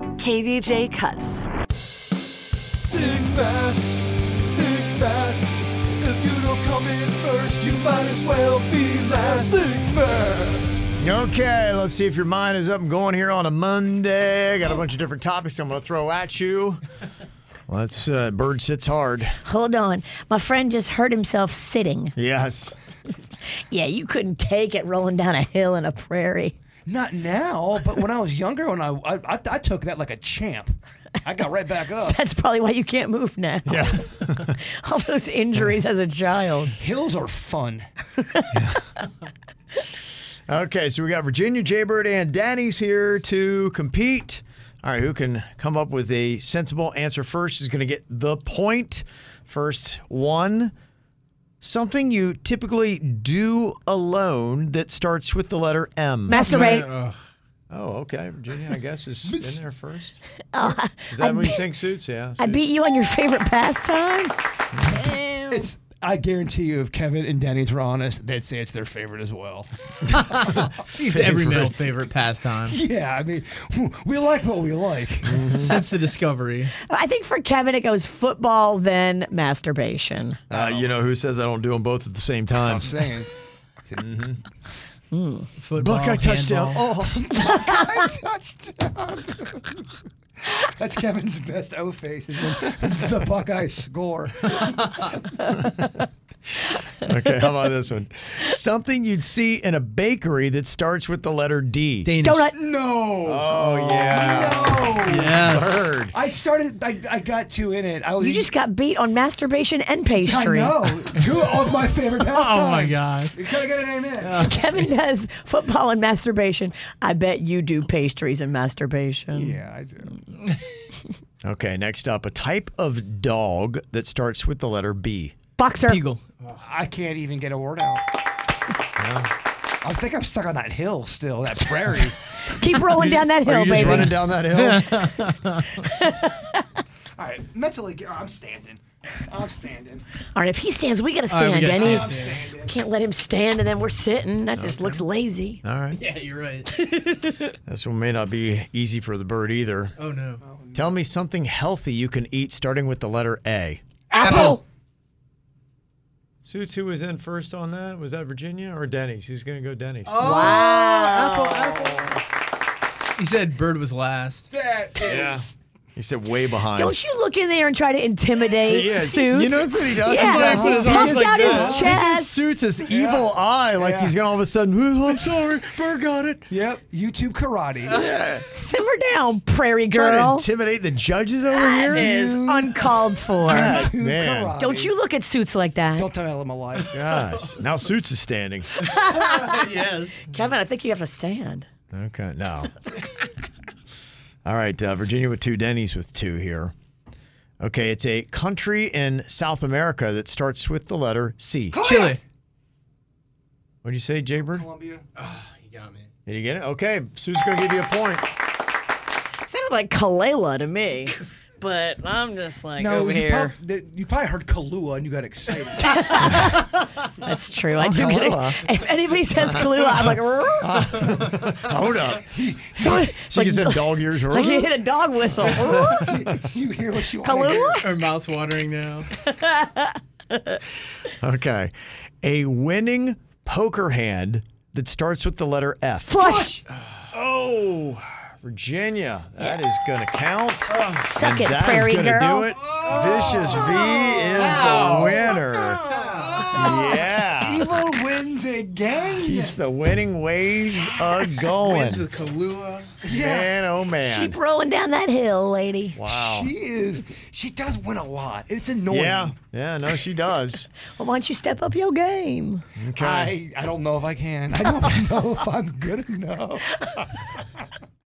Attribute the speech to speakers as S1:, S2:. S1: KVJ cuts.
S2: Think fast, think fast. If you don't come in first, you might as well be last. Think fast.
S3: Okay, let's see if your mind is up and going here on a Monday. Got a bunch of different topics I'm going to throw at you. Let's uh, bird sits hard.
S4: Hold on. My friend just hurt himself sitting.
S3: Yes.
S4: Yeah, you couldn't take it rolling down a hill in a prairie.
S2: Not now, but when I was younger, when I I, I I took that like a champ, I got right back up.
S4: That's probably why you can't move now.
S3: Yeah.
S4: All those injuries as a child.
S2: Hills are fun.
S3: Okay, so we got Virginia Jaybird and Danny's here to compete. All right, who can come up with a sensible answer first is going to get the point. First one, something you typically do alone that starts with the letter M.
S4: Masturbate.
S5: Ugh.
S3: Oh, okay. Virginia, I guess, is in there first.
S4: Oh,
S3: Is that what you think, Suits? Yeah.
S4: I
S3: Suits.
S4: beat you on your favorite pastime. Damn.
S2: It's I guarantee you, if Kevin and Danny's were honest, they'd say it's their favorite as well.
S5: It's every male favorite pastime
S2: Yeah, I mean, we like what we like.
S5: since the discovery.
S4: I think for Kevin, it goes football, then masturbation.
S3: Uh, you know who says I don't do them both at the same time?
S2: saying.
S5: Football,
S3: Buckeye touchdown!
S5: handball.
S3: Oh,
S2: touchdown. That's Kevin's best O face is when the Buckeyes score.
S3: okay. How about this one? Something you'd see in a bakery that starts with the letter D.
S5: Danish.
S4: Donut.
S2: No.
S3: Oh yeah,
S2: No.
S5: Yes.
S3: bird.
S2: I started. I, I got two in it. I was.
S4: You just got beat on masturbation and
S2: I
S4: pastry.
S2: know two of my favorite pastimes.
S5: Oh my god.
S2: You could have got an amen.
S4: Kevin does football and masturbation. I bet you do pastries and masturbation.
S2: yeah, I do.
S3: Okay, next up, a type of dog that starts with the letter B.
S4: Boxer.
S5: Eagle.
S2: I can't even get a word out. I think I'm stuck on that hill still, that prairie.
S4: Keep rolling down that
S3: Are you
S4: hill,
S3: just
S4: baby.
S3: running down that hill?
S2: All right, mentally, get- I'm standing. I'm standing.
S4: All right, if he stands, we gotta
S5: All right, we
S4: stand.
S5: gotta
S4: Denny.
S5: stand.
S2: Standing.
S4: Can't let him stand and then we're sitting. That just looks lazy.
S3: All right,
S5: Yeah, you're right.
S3: this one may not be easy for the bird either.
S5: Oh no.
S3: Tell me something healthy you can eat starting with the letter A.
S4: Apple.
S3: Suits, who was in first on that? Was that Virginia or Denny's? Who's going to go Denny's?
S5: Apple, apple. You said bird was last.
S2: That is.
S3: Yeah. He said way behind.
S4: Don't you look in there and try to intimidate
S3: Yeah,
S4: suits.
S3: You notice that he does?
S4: Yeah.
S3: He's
S5: why I put
S3: like,
S5: his
S4: He
S5: arms
S4: pumps
S5: like
S4: out
S5: this.
S4: his chest.
S3: suits this evil eye like
S2: Yeah.
S3: he's going to all of a sudden, "Ooh, I'm sorry, Burr got it.
S2: Yep. YouTube karate.
S4: Simmer down, prairie
S3: Trying to
S4: girl.
S3: intimidate the judges over here.
S4: That is uncalled for.
S3: God,
S2: YouTube
S3: man.
S2: karate.
S4: Don't you look at suits like that.
S2: Don't tell me I live my life.
S3: Gosh. Now Suits is standing.
S5: yes.
S4: Kevin, I think you have a stand.
S3: Okay. No. All right. Uh, Virginia with two, Denny's with two here. Okay. It's a country in South America that starts with the letter C.
S5: Chili.
S3: What do you say, Jaybird?
S2: Columbia.
S5: You got me.
S3: Did you get it? Okay. Suits going to give you a point.
S4: Sounded like Kalela to me. But I'm just like
S2: No, you, prob- th- you probably heard Kahlua and you got excited.
S4: That's true. I do get
S3: Kahlua.
S4: it. If anybody says Kahlua, I'm like, "Rrr."
S3: Hold up.
S4: So it's
S3: She just said dog ears.
S4: like you hit a dog whistle. Rrr.
S2: you hear what you want.
S4: Kahlua.
S5: Her mouth's watering now.
S3: Okay. A winning poker hand that starts with the letter F.
S4: Flush.
S3: Oh, Virginia. that is going to count.
S4: Suck Oh. it,
S3: That is
S4: prairie
S3: gonna
S4: girl.
S3: do it. Vicious V is the winner. Yeah.
S2: Evil wins again.
S3: Keeps the winning ways a
S5: Wins
S3: going.
S5: with Kahlua.
S3: Man, oh man.
S4: Keep rolling down that hill, lady.
S3: Wow.
S2: She is. She does win a lot. It's annoying.
S3: Yeah. Yeah, no, she does.
S4: Well, why don't you step up your game?
S3: Okay.
S2: I, I don't know if I can. I don't know if I'm good enough.